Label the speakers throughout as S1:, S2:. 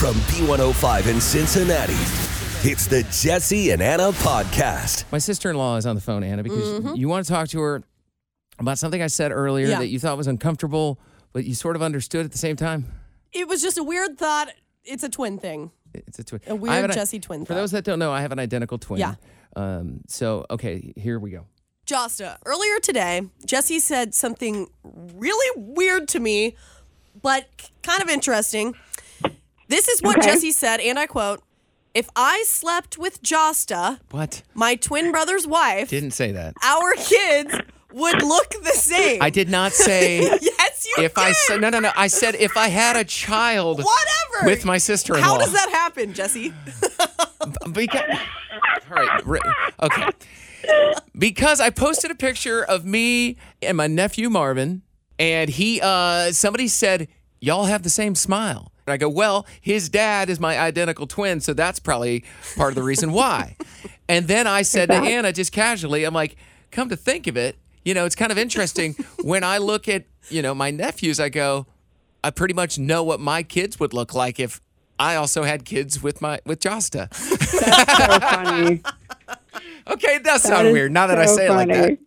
S1: From B105 in Cincinnati, it's the Jesse and Anna podcast.
S2: My sister in law is on the phone, Anna, because you want to talk to her about something I said earlier
S3: Mm-hmm. Yeah.
S2: that you thought was uncomfortable, but you sort of understood at the same time.
S3: It was just a weird thought. It's a twin thing.
S2: It's a twin.
S3: A
S2: I
S3: weird
S2: have an-
S3: Jesse twin
S2: For
S3: thought.
S2: those that don't know, I have an identical twin.
S3: Yeah.
S2: Um, so, okay, here we go.
S3: Josta, earlier today, Jesse said something really weird to me, but k- kind of interesting. This is what Jesse said, and I quote If I slept with Josta,
S2: What?
S3: my twin brother's wife,
S2: Didn't say that.
S3: our kids would look the same.
S2: I did not say
S3: Yes, you
S2: if I
S3: did.
S2: said, no, no, no. I said if I had a child
S3: Whatever.
S2: with my sister in law.
S3: How does that happen, Jesse?
S2: Because, all right, re- okay. Because I posted a picture of me and my nephew Marvin, and he, uh, somebody said, "Y'all have the same smile." And I go, "Well, his dad is my identical twin, so that's probably part of the reason why." and then I said to Anna, just casually, I'm like, "Come to think of it, you know, it's kind of interesting when I look at, you know, my nephews. I go, I pretty much know what my kids would look like if." I also had kids with my with Josta.
S4: funny.
S2: Okay, it does
S4: That
S2: sound
S4: is
S2: weird now that I
S4: so
S2: say it like
S4: funny.
S2: that.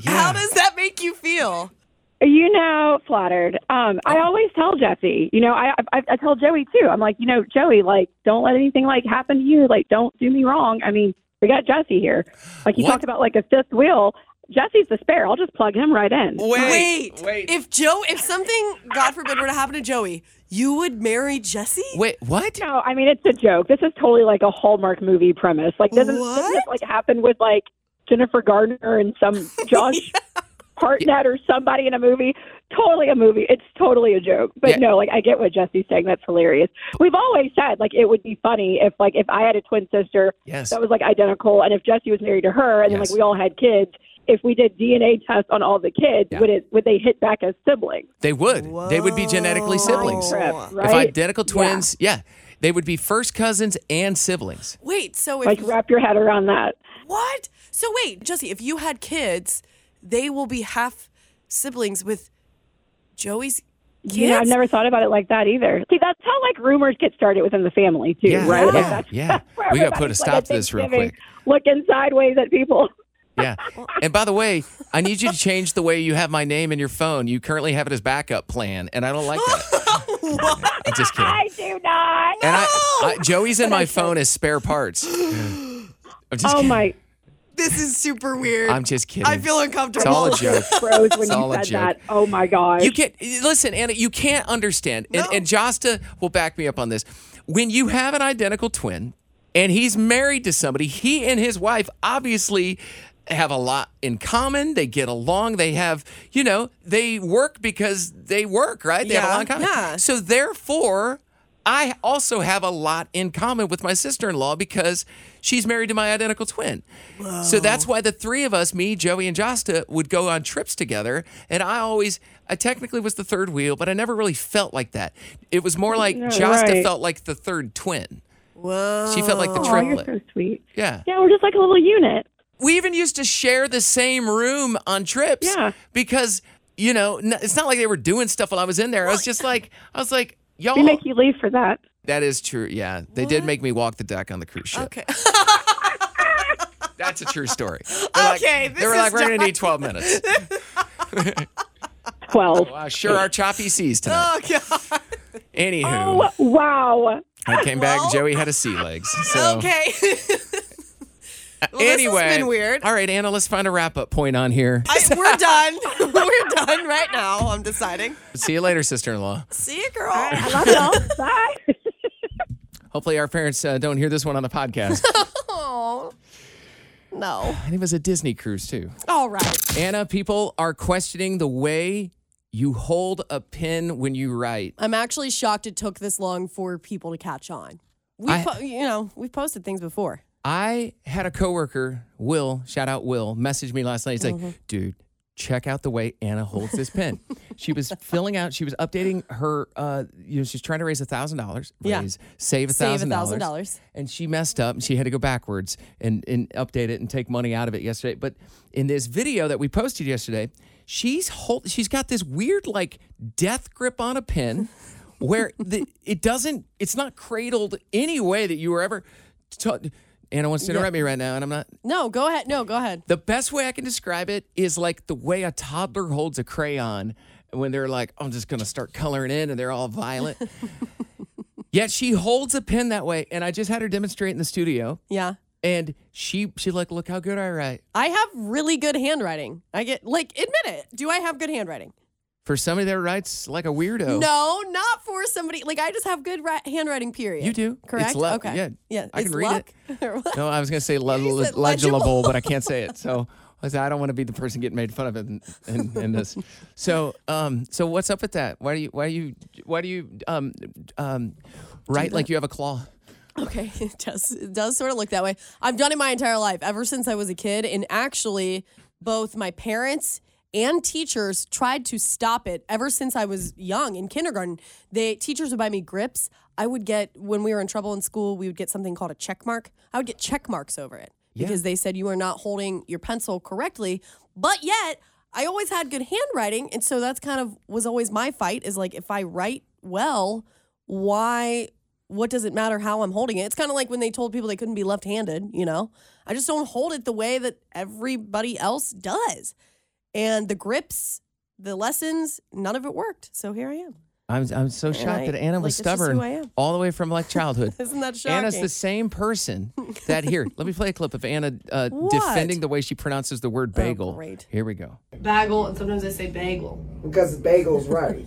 S2: Yeah.
S3: How does that make you feel?
S4: You know, flattered. Um, I always tell Jesse. You know, I, I I tell Joey too. I'm like, you know, Joey, like, don't let anything like happen to you. Like, don't do me wrong. I mean, we got Jesse here. Like, you
S2: What?
S4: talked about like a fifth wheel. Jesse's the spare. I'll just plug him right in.
S2: wait,
S3: Wait, If Joe, if something, God forbid, were to happen to Joey, you would marry Jesse?
S2: wait, what?
S4: No, I mean it's a joke. This is totally like a Hallmark movie premise. Like, doesn't doesn't this
S3: What?
S4: like happen with like Jennifer Gardner and some Josh Hartnett or somebody in a movie? Totally a movie. It's totally a joke. But
S2: Yeah.
S4: no, like I get what Jesse's saying. That's hilarious. We've always said like it would be funny if like if I had a twin sister
S2: Yes.
S4: that was like identical, and if Jesse was married to her, and then
S2: Yes.
S4: like we all had kids. If we did DNA tests on all the kids,
S2: Yeah.
S4: would it would they hit back as siblings?
S2: They would. They would be genetically
S3: Whoa.
S2: siblings.
S3: Trip,
S4: right?
S2: If identical
S4: Yeah.
S2: twins, yeah. They would be first cousins and siblings.
S3: Wait, so if
S4: Like wrap your head around that.
S3: what? So wait, Jesse, if you had kids, they will be half siblings with Joey's kids.
S4: Yeah, I've never thought about it like that either. See, that's how like rumors get started within the family too,
S2: Yeah,
S4: right? Like,
S2: yeah,
S4: that's-
S2: yeah.
S4: that's where
S2: We gotta put a
S4: everybody's,
S2: stop
S4: like,
S2: to this real
S4: Thanksgiving,
S2: quick.
S4: Looking sideways at people.
S2: Yeah. And by the way, I need you to change the way you have my name in your phone. You currently have it as backup plan, and I don't like that. I'm just kidding.
S4: I do not.
S2: And I, I Joey's in my phone as spare parts. I'm just
S4: oh
S2: kidding.
S4: my
S3: This is super weird.
S2: I'm just kidding.
S3: I feel
S2: it's
S3: uncomfortable.
S2: all a joke.
S4: bros when you
S2: Solid
S4: said
S2: joke.
S4: that. Oh my gosh.
S2: You can't listen, Anna. You can't understand, and, and Josta will back me up on this. When you have an identical twin, and he's married to somebody, he and his wife obviously have a lot in common. They get along. They have, you know, they work because they work, right? They have a
S3: Yeah,
S2: lot in common.
S3: yeah.
S2: So therefore, I also have a lot in common with my sister-in-law because she's married to my identical twin. So that's why the three of us, me, Joey, and Josta, would go on trips together. And I always, I technically was the third wheel, but I never really felt like that. It was more like Josta
S4: right.
S2: felt like the third twin.
S3: Whoa.
S2: She felt like the
S4: Aw, Oh, you're
S2: triplet.
S4: so sweet.
S2: yeah.
S4: Yeah, we're just like a little unit.
S2: We even used to share the same room on trips.
S4: Yeah.
S2: Because, you know, n- it's not like they were doing stuff while I was in there. I was just like, I was like, y'all.
S4: We make you leave for that.
S2: That is true. Yeah. They did make me walk the deck on the cruise ship.
S3: Okay.
S2: That's a true story. They're like-
S3: Okay,
S2: they
S3: this
S2: were like,
S3: is
S2: we're going to need 12 minutes.
S4: Twelve.
S2: Wow, sure are choppy seas tonight.
S3: Oh, God.
S2: Anywho,
S4: Oh wow.
S2: I came back. Joey had a sea legs. So
S3: Okay. Well, this has
S2: anyway,
S3: been weird.
S2: All right, Anna, let's find a wrap up point on here.
S3: I, we're done. we're done right now. I'm deciding.
S2: See you later, sister in law.
S3: See you, girl.
S4: I love y'all. Bye.
S2: Hopefully, our parents uh, don't hear this one on the podcast.
S3: No.
S2: and it was a Disney cruise too.
S3: All right.
S2: Anna, people are questioning the way You hold a pen when you write.
S3: I'm actually shocked it took this long for people to catch on. We,
S2: I-
S3: po- you know, we've posted things before.
S2: I had a coworker, Will, shout out Will, message me last night. He's like, dude, check out the way Anna holds this pen. she was filling out, she was updating her, uh, you know, she's trying to raise a thousand dollars,
S3: Yeah.
S2: raise, save a
S3: Save
S2: thousand dollars.
S3: $1,000.
S2: And she messed up and she had to go backwards and, and update it and take money out of it yesterday. But in this video that we posted yesterday, she's hold, she's got this weird like death grip on a pen where the, it doesn't, it's not cradled any way that you were ever. taught. Anna wants to interrupt me right now, and I'm not.
S3: No, go ahead. No, go ahead.
S2: The best way I can describe it is like the way a toddler holds a crayon when they're like, I'm just going to start coloring in and they're all violent. Yet she holds a pen that way. And I just had her demonstrate in the studio.
S3: Yeah.
S2: And she, she like, look how good I write.
S3: I have really good handwriting. I get, like, admit it. Do I have good handwriting?
S2: For somebody that writes like a weirdo.
S3: No, not for somebody. Like, I just have good ri- handwriting, period.
S2: You do. It's
S3: Correct?
S2: luck.
S3: Okay.
S2: Yeah.
S3: Yeah.
S2: I can
S3: it's
S2: read
S3: luck?
S2: No, I was going to say le-
S3: You said
S2: le- legible,
S3: legible.
S2: but I can't say it. So I said, I don't want to be the person getting made fun of in, in, in this. So, um, so what's up with that? Why do you, why do you, why do you, um, um, write like you have a claw?
S3: Okay, it does it does sort of look that way. I've done it my entire life, ever since I was a kid, and actually, both my parents and teachers tried to stop it ever since I was young in kindergarten. They teachers would buy me grips. I would get when we were in trouble in school, we would get something called a check mark. I would get check marks over it because they said you are not holding your pencil correctly. But yet, I always had good handwriting, and so that's kind of was always my fight is like if I write well, why what does it matter how I'm holding it? It's kind of like when they told people they couldn't be left handed, you know? I just don't hold it the way that everybody else does. And the grips, the lessons, none of it worked. So here I am.
S2: I'm, I'm so shocked
S3: I-
S2: that Anna
S3: like,
S2: was
S3: that's just who
S2: stubborn
S3: I am.
S2: all the way from like childhood.
S3: Isn't that shocking?
S2: Anna's the same person that here. Let me play a clip of Anna uh,
S3: What? Oh,
S2: defending the way she pronounces the word bagel.
S3: great.
S2: Here we go.
S5: bagel, and sometimes I say bagel.
S6: Because bagel's right.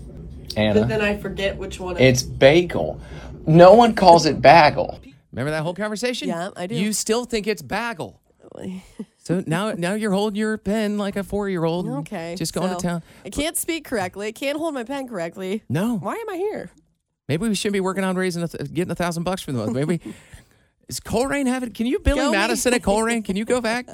S5: But
S7: Anna.
S5: then I forget which one
S7: It's bagel. No one calls it bagel.
S2: Remember that whole conversation?
S3: Yeah, I do.
S2: You still think it's bagel. So now, now you're holding your pen like a four year old.
S3: okay.
S2: Just going
S3: so
S2: to town.
S3: I can't speak correctly. I can't hold my pen correctly.
S2: No.
S3: Why am I here?
S2: Maybe we should be working on raising, a th- getting a thousand bucks for the month. Maybe. Is Coleraine having? Can you Billy
S3: Go me.
S2: Madison at Coleraine? Can you go back?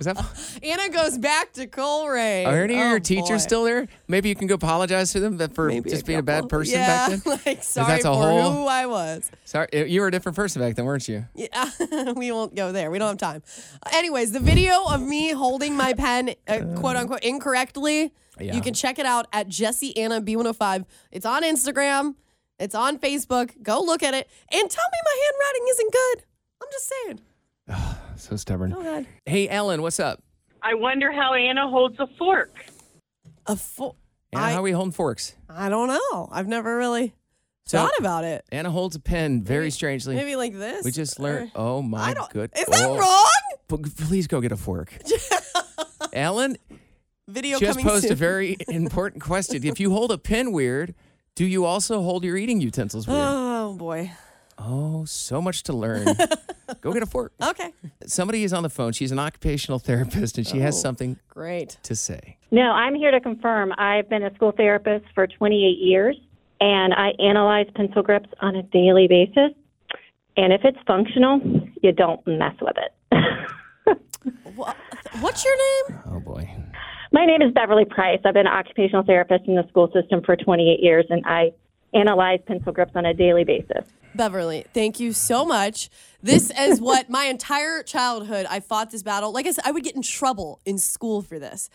S2: Is that?
S3: Anna goes back to Coleraine.
S2: Are any of
S3: Oh,
S2: your teachers
S3: boy.
S2: still there? Maybe you can go apologize to them that for
S3: Maybe
S2: just being a
S3: couple.
S2: bad person
S3: yeah,
S2: back then.
S3: Like,
S2: 'Cause
S3: sorry
S2: that's a
S3: for
S2: whole.
S3: who I was.
S2: Sorry, you were a different person back then, weren't you?
S3: Yeah, we won't go there. We don't have time. Anyways, the video of me holding my pen, uh, quote unquote, incorrectly,
S2: Yeah.
S3: you can check it out at Jesse Anna B105. It's on Instagram, it's on Facebook. Go look at it and tell me my handwriting isn't good. I'm just saying.
S2: So stubborn.
S3: Go ahead.
S2: Hey, Ellen, what's up?
S8: I wonder how Anna holds a fork.
S3: A fo-
S2: Anna,
S3: I-
S2: how are we holding forks?
S3: I don't know. I've never really
S2: So-
S3: thought about it.
S2: Anna holds a pen very strangely.
S3: Maybe like this.
S2: we just
S3: or-
S2: learned. Oh my
S3: I don't.
S2: good.
S3: Is that
S2: oh.
S3: wrong?
S2: P- please go get a fork. Ellen
S3: Video
S2: just
S3: coming
S2: posed
S3: soon.
S2: a very important question. If you hold a pen weird, do you also hold your eating utensils weird?
S3: oh boy.
S2: oh, so much to learn. go get a fork.
S3: Okay.
S2: Somebody is on the phone. She's an occupational therapist and she
S3: Oh.
S2: has something
S3: Great.
S2: to say.
S4: No, I'm here to confirm. I've been a school therapist for 28 years, and I analyze pencil grips on a daily basis. And if it's functional, you don't mess with it.
S3: Wha- What's your name?
S2: Oh boy.
S4: My name is Beverly Price. I've been an occupational therapist in the school system for 28 years, and I analyze pencil grips on a daily basis.
S3: Beverly, thank you so much. This is what my entire childhood I fought this battle. Like I said, I would get in trouble in school for this.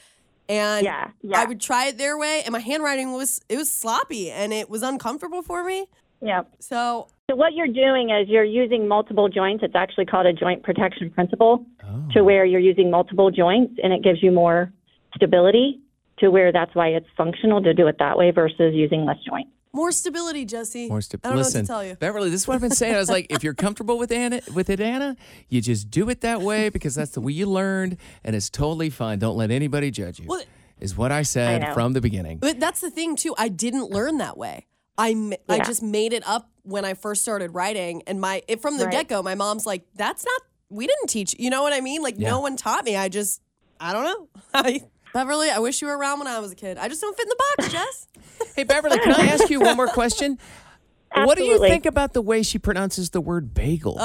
S3: And
S4: Yeah, yeah.
S3: I would try it their way and my handwriting was it was sloppy and it was uncomfortable for me.
S4: Yeah.
S3: So
S4: So what you're doing is you're using multiple joints. It's actually called a joint protection principle,
S2: Oh.
S4: to where you're using multiple joints, and it gives you more stability. To where that's why it's functional to do it that way versus using less joints.
S3: more stability, Jesse.
S2: More sti-
S3: I don't
S2: Listen,
S3: know what to tell you.
S2: Beverly, this is what I've been saying. I was like, if you're comfortable with Anna, with it, Anna, you just do it that way because that's the way you learned, and it's totally fine. Don't let anybody judge you.
S3: Well,
S2: is what I said
S4: know.
S2: from the beginning.
S3: But that's the thing too. I didn't learn that way. I m- I just made it up when I first started writing, and my it, from the
S4: Right.
S3: get go, my mom's like, "That's not. We didn't teach. You know what I mean? Like
S2: Yeah.
S3: no one taught me. I just, I don't know. I Beverly, I wish you were around when I was a kid. I just don't fit in the box, Jess.
S2: Hey, Beverly, can I ask you one more question? What do you
S6: Absolutely.
S2: think about the way she pronounces the word bagel?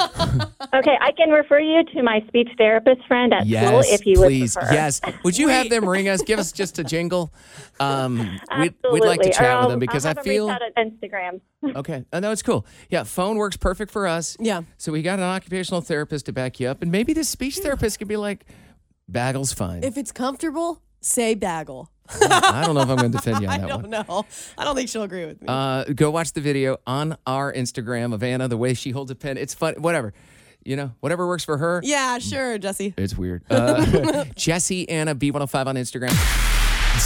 S6: Okay, I can refer you to my speech therapist friend at school
S2: yes,
S6: if you
S2: please.
S6: would prefer.
S2: Yes. Would you have them ring us? Give us just a jingle. Um, we'd,
S6: Absolutely. Um,
S2: we'd like to
S6: Or
S2: chat
S6: I'll-
S2: with them because
S6: I'll have
S2: I
S6: 'em
S2: feel.
S6: Reach out at Instagram.
S2: Okay. Uh, no, it's cool. Yeah, phone works perfect for us.
S3: Yeah.
S2: So we got an occupational therapist to back you up, and maybe this speech therapist could be like, "Bagel's fine."
S3: If it's comfortable, say bagel.
S2: I don't know if I'm going to defend you on
S3: I
S2: that
S3: don't
S2: one.
S3: know. I don't think she'll agree with me.
S2: Uh, go watch the video on our Instagram of Anna. The way she holds a pen, it's fun. Whatever, you know, whatever works for her.
S3: yeah, sure, Jesse.
S2: It's weird. Uh, Jesse Anna B105 on Instagram.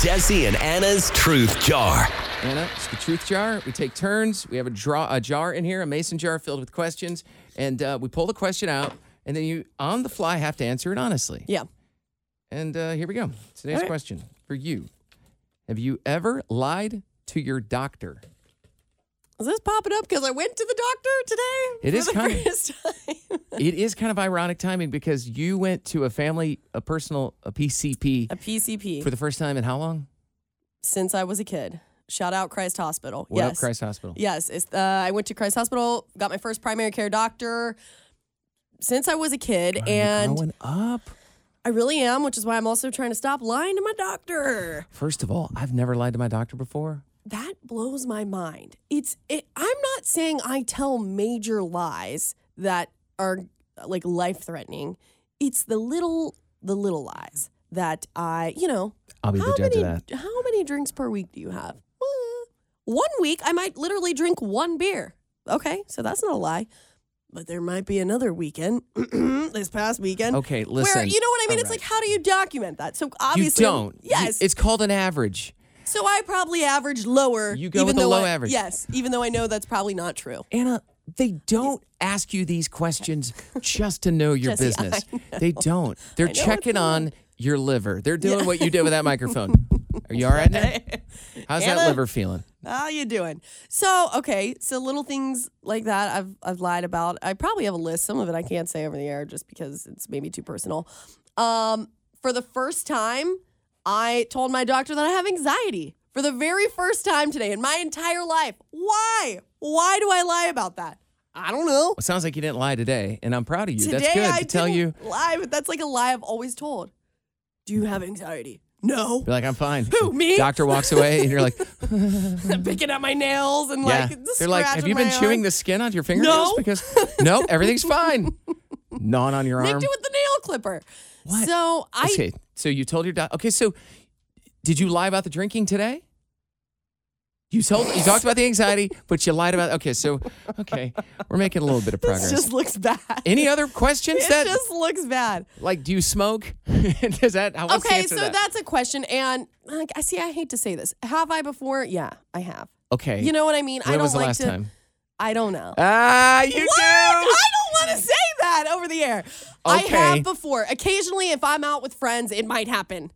S1: Jesse and Anna's Truth Jar.
S2: Anna, it's the truth jar. We take turns. We have a draw a jar in here, a mason jar filled with questions, and uh, we pull the question out, and then you on the fly have to answer it honestly.
S3: Yeah.
S2: And uh, here we go. Today's question for you: Have you ever lied to your doctor?
S3: Is this popping up because I went to the doctor today?
S2: It is
S3: for the
S2: kind of-
S3: first time.
S2: It is kind of ironic timing because you went to a family, a personal, a PCP
S3: a PCP
S2: for the first time in how long?
S3: since I was a kid. Shout out Christ Hospital.
S2: What
S3: yes.
S2: up, Christ Hospital?
S3: Yes, it's, uh, I went to Christ Hospital, got my first primary care doctor since I was a kid,
S2: Are you
S3: and
S2: growing up.
S3: I really am, which is why I'm also trying to stop lying to my doctor.
S2: First of all, I've never lied to my doctor before.
S3: That blows my mind. It's it, I'm not saying I tell major lies that are like life threatening. It's the little the little lies that I, you know,
S2: I'll be
S3: how
S2: the judge
S3: many
S2: of that.
S3: how many drinks per week do you have? Uh, One week I might literally drink one beer. Okay, so that's not a lie. But there might be another weekend, this past weekend.
S2: Okay,
S3: Where,
S2: listen.
S3: you know what I mean?
S2: All
S3: It's
S2: right.
S3: like, how do you document that? So obviously,
S2: you don't. You-
S3: Yes,
S2: it's called an average.
S3: so I probably average lower.
S2: You go
S3: even
S2: with the
S3: though
S2: low
S3: I-
S2: average.
S3: Yes, even though I know that's probably not true.
S2: Anna, they don't ask you these questions just to know your
S3: Jesse, I
S2: business. They don't. They're
S3: it's
S2: checking
S3: not.
S2: on your liver. They're doing what you did with that microphone. Are you all right now? How's that
S3: Anna?
S2: liver feeling?
S3: How you doing? So okay, so little things like that I've I've lied about. I probably have a list. Some of it I can't say over the air just because it's maybe too personal. Um, for the first time, I told my doctor that I have anxiety for the very first time today in my entire life. Why? Why do I lie about that? I don't know.
S2: Well, it sounds like you didn't lie today, and I'm proud of you.
S3: Today
S2: That's good
S3: I
S2: to tell you.
S3: didn't lie, but that's like a lie I've always told. Do you have anxiety? No.
S2: You're like, I'm fine.
S3: Who, me?
S2: Doctor walks away, and you're like,
S3: picking at my nails and
S2: yeah.
S3: like the
S2: They're like,
S3: scratch
S2: have
S3: on
S2: you been
S3: my arm.
S2: chewing the skin on your fingernails?
S3: No.
S2: Because no, everything's fine. Gnawing on your
S3: Nicked
S2: arm.
S3: it with the nail clipper.
S2: What?
S3: So I
S2: okay, so you told your doc. Okay, so did you lie about the drinking today? You told you talked about the anxiety, but you lied about. Okay, so okay, we're making a little bit of
S3: this
S2: progress.
S3: just looks bad.
S2: Any other questions
S3: it
S2: that
S3: just looks bad.
S2: like do you smoke? Does that how what's the
S3: Okay,
S2: answer
S3: so
S2: to that?
S3: that's a question, and like I see, I hate to say this. Have I before? Yeah, I have.
S2: okay.
S3: You know what I mean?
S2: when
S3: I don't
S2: was the
S3: like
S2: last
S3: to.
S2: time?
S3: I don't know.
S2: Ah, you
S3: What?
S2: do.
S3: I don't want to say that over the air. I
S2: Okay.
S3: have before. Occasionally, if I'm out with friends, it might happen.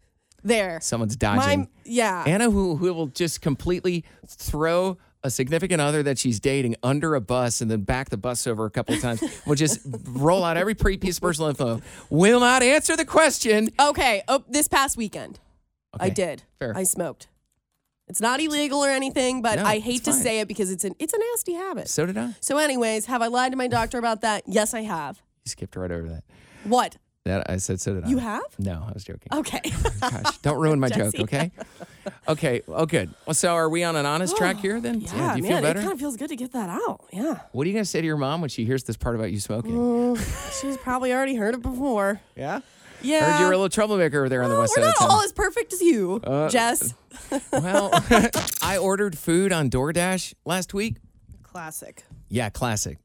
S3: There.
S2: Someone's
S3: My-
S2: dodging.
S3: yeah.
S2: Anna, who who will just completely throw a significant other that she's dating under a bus and then back the bus over a couple of times, will just roll out every pre- piece of personal info. Will not answer the question.
S3: okay. Oh, this past weekend, I
S2: Okay,
S3: did.
S2: fair.
S3: I smoked. It's not illegal or anything, but
S2: No,
S3: I
S2: it's
S3: hate to
S2: fine.
S3: say it because it's an it's a nasty habit. So,
S2: So did I. You
S3: anyways, have I lied to my doctor about that? Yes, I have.
S2: skipped right over that.
S3: What?
S2: That I said. So did I.
S3: You have?
S2: No, I was joking.
S3: Okay.
S2: Gosh, don't ruin my joke,
S3: Jesse.
S2: okay? Okay. Oh, good. Well, so are we on an honest track here then?
S3: yeah,
S2: do you
S3: man,
S2: feel better?
S3: it kind of feels good to get that out. Yeah.
S2: What are you gonna say to your mom when she hears this part about you smoking?
S3: Mm. She's probably already heard it before.
S2: Yeah.
S3: Yeah.
S2: Heard Mm. you were a little troublemaker over there on the Uh,
S3: Well,
S2: west
S3: we're
S2: side
S3: not
S2: of town.
S3: all as perfect as you, Jess.
S2: Well, I ordered food on DoorDash last week.
S3: Classic.
S2: Yeah, classic.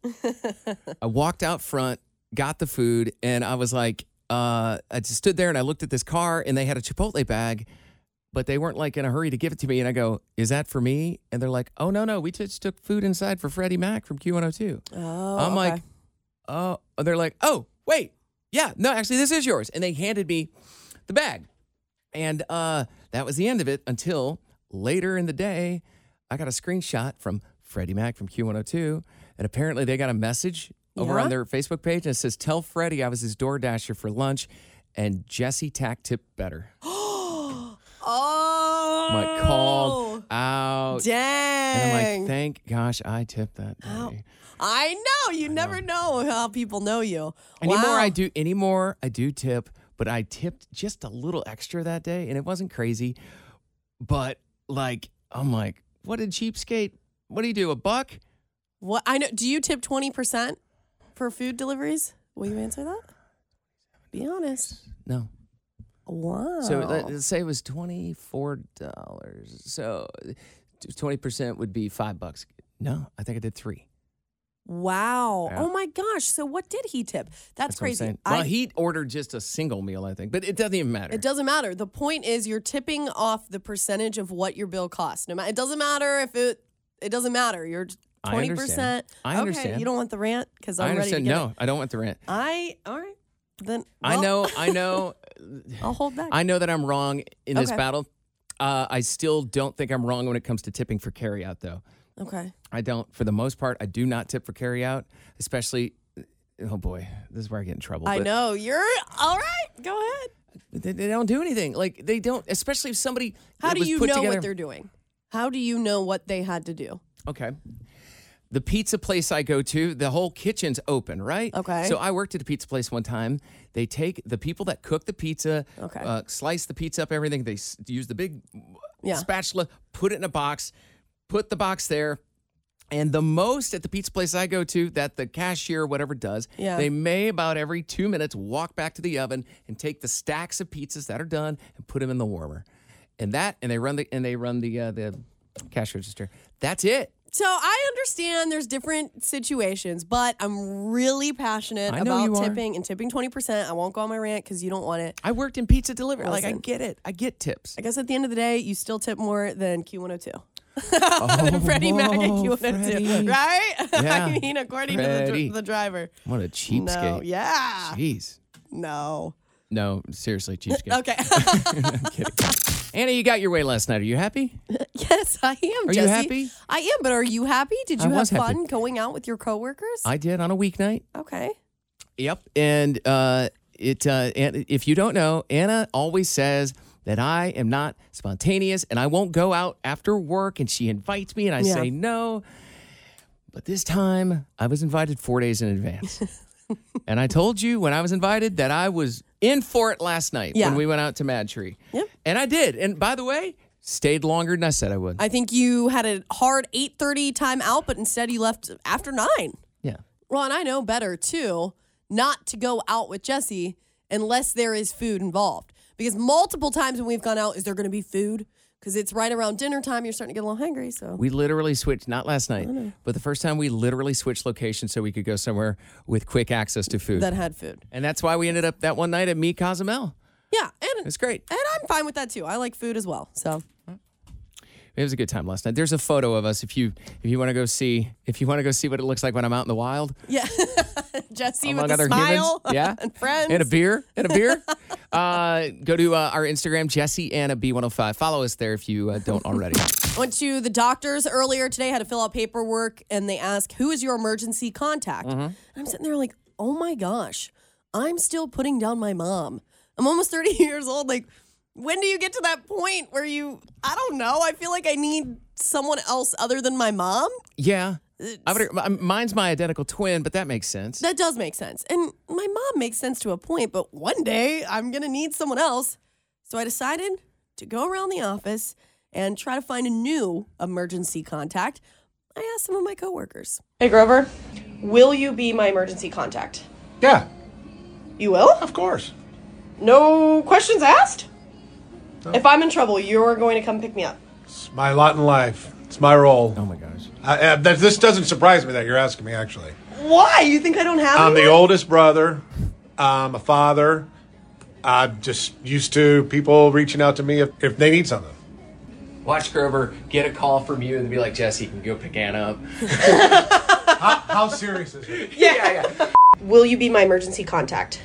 S2: I walked out front, got the food, and I was like, uh, I just stood there and I looked at this car, and they had a Chipotle bag, but they weren't like in a hurry to give it to me. And I go, "Is that for me?" And they're like, "Oh no, no, we just took food inside for Freddie Mac from Q102."
S3: Oh,
S2: I'm
S3: okay.
S2: like, "Oh," and they're like, "Oh, wait, yeah, no, actually, this is yours." And they handed me the bag, and uh, that was the end of it until later in the day. I got a screenshot from Freddie Mac from Q102, and apparently they got a message over
S3: Yeah?
S2: on their Facebook page, and it says, "Tell Freddie I was his DoorDasher for lunch, and Jesse Tack tipped better."
S3: Oh.
S2: my called out. And I'm
S3: Dang.
S2: like, thank gosh I tipped that day.
S3: I know. You never know. how people know you.
S2: Anymore
S3: wow.
S2: I do anymore I do tip, but I tipped just a little extra that day and it wasn't crazy. But like I'm like, what a cheapskate. What do you do? A buck?
S3: What I know. Do you tip twenty percent for food deliveries? Will you answer that? Be honest.
S2: No.
S3: Wow.
S2: So let, us say it was twenty four dollars. So twenty percent would be five bucks. No, I think I did three.
S3: wow.
S2: Yeah.
S3: Oh my gosh. So what did he tip? That's,
S2: what I'm
S3: crazy.
S2: saying. well, he ordered just a single meal, I think, but it doesn't even matter.
S3: It doesn't matter. The point is you're tipping off the percentage of what your bill costs. No matter it doesn't matter if it it doesn't matter. You're
S2: I understand.
S3: twenty percent.
S2: I understand.
S3: Okay, you don't want the rant because I'm
S2: I understand.
S3: ready to get
S2: No,
S3: it.
S2: I don't want the rent.
S3: I all right. Then
S2: I
S3: well,
S2: know. I know.
S3: I'll hold back.
S2: I know that I'm wrong in this
S3: Okay.
S2: battle. Uh, I still don't think I'm wrong when it comes to tipping for carryout, though.
S3: okay.
S2: I don't, for the most part, I do not tip for carryout, especially. Oh boy, this is where I get in trouble.
S3: I
S2: but-
S3: know. You're all right. Go ahead.
S2: They, they don't do anything. Like they don't, especially if somebody.
S3: How
S2: it
S3: do
S2: was
S3: you
S2: put
S3: know
S2: together-
S3: what they're doing? How do you know what they had to do?
S2: Okay. The pizza place I go to, the whole kitchen's open, right?
S3: Okay.
S2: So I worked at a pizza place one time. They take the people that cook the pizza,
S3: Okay.
S2: uh, slice the pizza up, everything. They s- use the big
S3: Yeah.
S2: spatula, put it in a box, put the box there. And the most at the pizza place I go to that the cashier, whatever, does,
S3: Yeah.
S2: they may about every two minutes walk back to the oven and take the stacks of pizzas that are done and put them in the warmer. And that, and they run the, and they run the, uh, the cash register. That's it.
S3: So I understand there's different situations, but I'm really passionate
S2: I know
S3: about
S2: you are.
S3: tipping and tipping 20%. I won't go on my rant because you don't want it.
S2: I worked in pizza delivery. Like I
S3: Listen.
S2: get it. I get tips.
S3: I guess at the end of the day, you still tip more than Q102. than Freddie Mac and
S2: Oh, whoa,
S3: Q102,
S2: Freddie.
S3: right?
S2: Yeah.
S3: I mean, according to the,
S2: Freddie.
S3: dr- the driver.
S2: What a cheapskate.
S3: No, yeah.
S2: Jeez.
S3: No.
S2: No, seriously, cheapskate.
S3: Okay.
S2: Anna, you got your way last night. Are you happy?
S3: yes, I am,
S2: Are you
S3: Jesse.
S2: happy?
S3: I am, but are you happy? Did
S2: I
S3: you have
S2: was happy.
S3: fun going out with your coworkers?
S2: I did on a weeknight.
S3: okay.
S2: Yep. And uh, it. Uh, and if you don't know, Anna always says that I am not spontaneous and I won't go out after work. And she invites me, and I
S3: Yeah.
S2: say no. But this time, I was invited four days in advance. and I told you when I was invited that I was in for it last night
S3: Yeah.
S2: when we went out to Mad Tree.
S3: Yep.
S2: And I did. And by the way, stayed longer than I said I would.
S3: I think you had a hard 8:30 time out, but instead you left after 9.
S2: yeah.
S3: Well, and I know better too, not to go out with Jesse unless there is food involved. Because multiple times when we've gone out, is there going to be food? Because it's right around dinner time, you're starting to get a little hungry. So
S2: We literally switched, not last night, but the first time we literally switched locations so we could go somewhere with quick access to food.
S3: that had food.
S2: and that's why we ended up that one night at Me Cozumel.
S3: Yeah,
S2: It
S3: and
S2: was great.
S3: and I'm fine with that too. I like food as well. So
S2: It was a good time last night. There's a photo of us if you if you want to go see if you want to go see what it looks like when I'm out in the wild.
S3: yeah, Jesse
S2: among
S3: with a
S2: other
S3: smile,
S2: humans. Yeah.
S3: and friends.
S2: And a beer. And a beer. uh, go to uh, our Instagram, Jesse Anna B105. Follow us there if you uh, don't already.
S3: Went to the doctors earlier today, had to fill out paperwork, and they ask, Who is your emergency contact? And I'm sitting there like, Oh my gosh, I'm still putting down my mom. I'm almost 30 years old. Like, when do you get to that point where you, I don't know, I feel like I need someone else other than my mom?
S2: yeah. I would, m- mine's my identical twin, but that makes sense.
S3: That does make sense. And my mom makes sense to a point, but one day I'm going to need someone else. So I decided to go around the office and try to find a new emergency contact. I asked some of my coworkers. Hey, Grover, will you be my emergency contact?
S9: Yeah,
S3: You will?
S9: of course.
S3: No questions asked? If I'm in trouble, you're going to come pick me up.
S9: It's my lot in life. It's my role. Oh my gosh. I, uh, that, this doesn't surprise me that you're asking me. Actually,
S3: Why? You think I don't have
S9: I'm the oldest brother. I'm a father. I'm just used to people reaching out to me if, if they need something.
S2: Watch Grover get a call from you and be like, Jesse, can go pick Anna up.
S9: How, how serious is it?
S3: Will you be my emergency contact?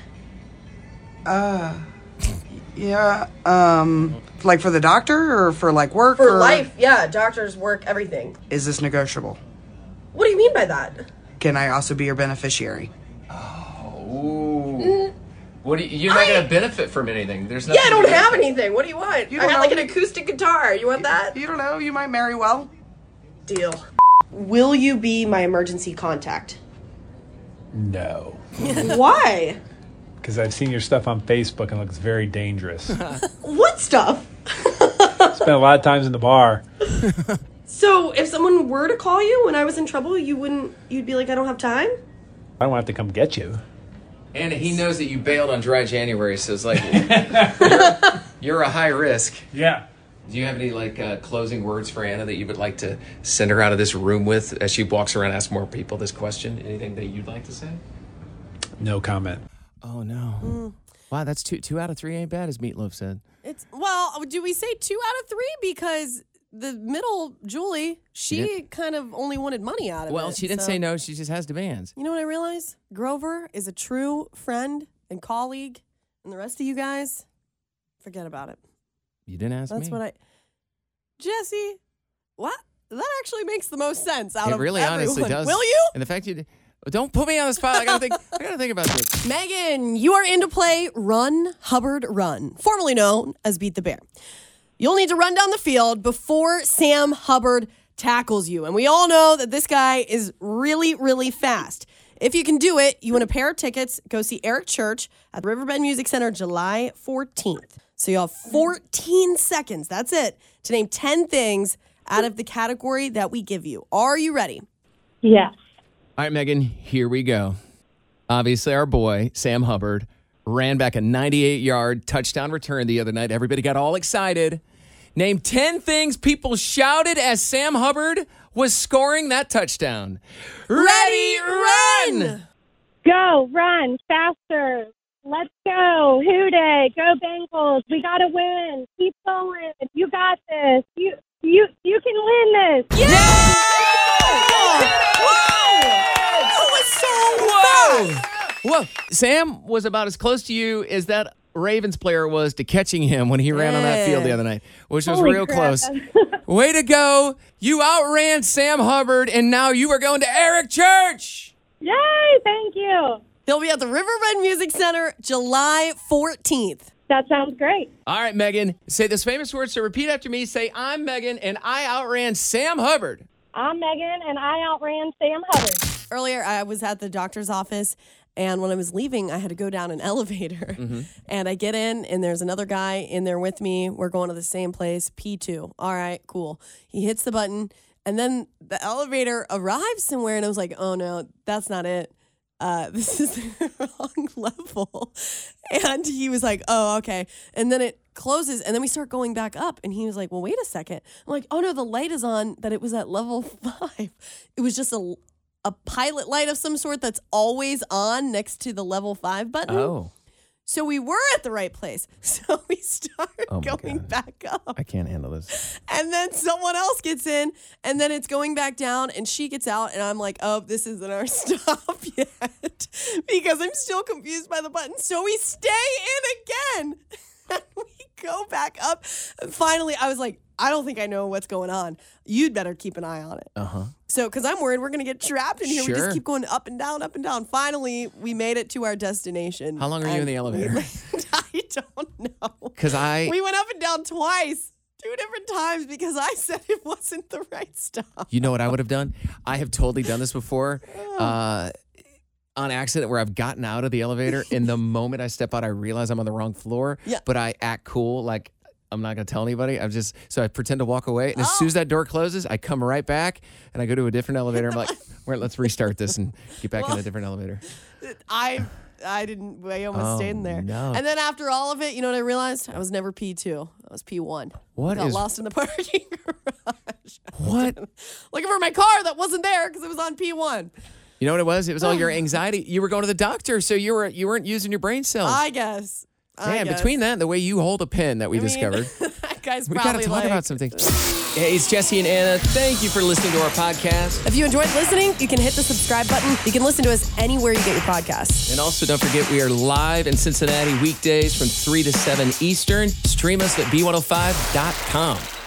S10: Yeah, um, like for the doctor or for like work or
S3: yeah, doctors, work, everything.
S10: Is this negotiable?
S3: What do you mean by that? Mm.
S10: Can I also be your beneficiary?
S7: What do you, you're not going to benefit from anything. There's
S5: Yeah,
S7: nothing
S5: I
S7: to
S5: don't
S7: benefit.
S5: have anything. What do you want?
S10: You
S5: I
S10: don't
S5: got like
S10: know.
S5: an acoustic guitar. You want that?
S10: You don't know. You might marry well.
S5: Deal. Will you be my emergency contact?
S11: No,
S5: Why?
S11: because I've seen your stuff on Facebook and it looks very dangerous.
S5: What stuff?
S11: Spent a lot of times in the bar.
S5: So if someone were to call you when I was in trouble, you wouldn't. You'd be like, I don't have time.
S11: I don't have to come get you.
S2: And he knows that you bailed on dry January, so it's like you're, you're a high risk.
S11: Yeah.
S2: Do you have any like uh, closing words for Anna that you would like to send her out of this room with as she walks around, and asks more people this question? Anything that you'd like to say?
S11: No comment.
S2: Oh no! Wow, that's two two out of three ain't bad, as Meatloaf said.
S3: It's well, do we say two out of three because the middle Julie,
S2: She
S3: she kind of only wanted money out of it.
S2: Well, she didn't
S3: so-
S2: say no. She just has demands.
S3: You know what I realized? Grover is a true friend and colleague, and the rest of you guys, forget about it.
S2: You didn't ask
S3: That's
S2: me.
S3: what I. Jesse, what? That actually makes the most sense out
S2: It
S3: of
S2: really, honestly
S3: everyone.
S2: does.
S3: Will you?
S2: And the fact you did- don't put me on the spot. I gotta think. I gotta think about this.
S3: Megan, you are into play Run Hubbard Run, formerly known as Beat the Bear. You'll need to run down the field before Sam Hubbard tackles you. And we all know that this guy is really, really fast. If you can do it, you win a pair of tickets. Go see Eric Church at the Riverbend Music Center July 14th. So you have 14 seconds, that's it, to name 10 things out of the category that we give you. Are you ready?
S6: Yeah.
S2: All right, Megan, here we go. Obviously, our boy, Sam Hubbard, ran back a 98 yard touchdown return the other night. Everybody got all excited. Name 10 things people shouted as Sam Hubbard was scoring that touchdown. Ready, run!
S12: Go, run, faster. Let's go. Hooday. Go Bengals. We gotta win. Keep going. You got this. You you you can win this.
S2: Whoa! Whoa! Sam was about as close to you as that Ravens player was to catching him when he ran on that field the other night, which was
S12: Holy
S2: real
S12: crap.
S2: close. Way to go. You outran Sam Hubbard, and now you are going to Eric Church.
S12: Yay, thank you.
S3: He'll be at the Riverbend Music Center July 14th.
S12: That sounds great.
S2: All right, Megan, say this famous word. So repeat after me. Say, I'm Megan, and I outran Sam Hubbard.
S12: I'm Megan and I outran Sam Hubbard.
S3: Earlier, I was at the doctor's office, and when I was leaving, I had to go down an elevator. And I get in, and there's another guy in there with me. We're going to the same place, P2. All right, cool. He hits the button, and then the elevator arrives somewhere, and I was like, oh no, that's not it. Uh, this is the wrong level. And he was like, oh, okay. And then it closes, and then we start going back up. And he was like, well, wait a second. I'm like, oh no, the light is on, that it was at level five. It was just a, a pilot light of some sort that's always on next to the level five button.
S2: Oh.
S3: So we were at the right place. So we start
S2: Oh my
S3: going back up.
S2: I can't handle this.
S3: And then someone else gets in, and then it's going back down, and she gets out, and I'm like, oh, this isn't our stop yet because I'm still confused by the button. So we stay in again. And we go back up. And finally, I was like, I don't think I know what's going on. You'd better keep an eye on it.
S2: Uh huh.
S3: So, because I'm worried we're going to get trapped in here. We
S2: Sure.
S3: just keep going up and down, up and down. Finally, we made it to our destination.
S2: How long are you in the elevator?
S3: I don't know.
S2: Because I.
S3: we went up and down twice, two different times, because I said it wasn't the right stuff.
S2: You know what I would have done? I have totally done this before. Uh, on accident, where I've gotten out of the elevator, and the moment I step out, I realize I'm on the wrong floor.
S3: Yeah.
S2: But I act cool, like I'm not gonna tell anybody. I'm just so I pretend to walk away, and as
S3: Oh.
S2: soon as that door closes, I come right back and I go to a different elevator. I'm like, "Wait, let's restart this and get back in a different elevator."
S3: I I didn't. I almost
S2: Oh,
S3: stayed in there.
S2: no.
S3: And then after all of it, you know what I realized? I was never P two. I was P one.
S2: What
S3: Got
S2: is-
S3: lost in the parking garage.
S2: What?
S3: Looking for my car that wasn't there because it was on P one.
S2: You know what it was? It was all your anxiety. You were going to the doctor, so you were you weren't using your brain cells.
S3: I guess. I
S2: Man,
S3: guess.
S2: between that and the way you hold a pen that we
S3: I mean,
S2: discovered.
S3: that guy's
S2: We got to
S3: probably
S2: talk
S3: like,
S2: about something. Hey, it's Jesse and Anna. Thank you for listening to our podcast.
S3: If you enjoyed listening, you can hit the subscribe button. You can listen to us anywhere you get your podcasts.
S2: And also, don't forget, we are live in oh Cincinnati weekdays from 3 to 7 Eastern. Stream us at b105.com.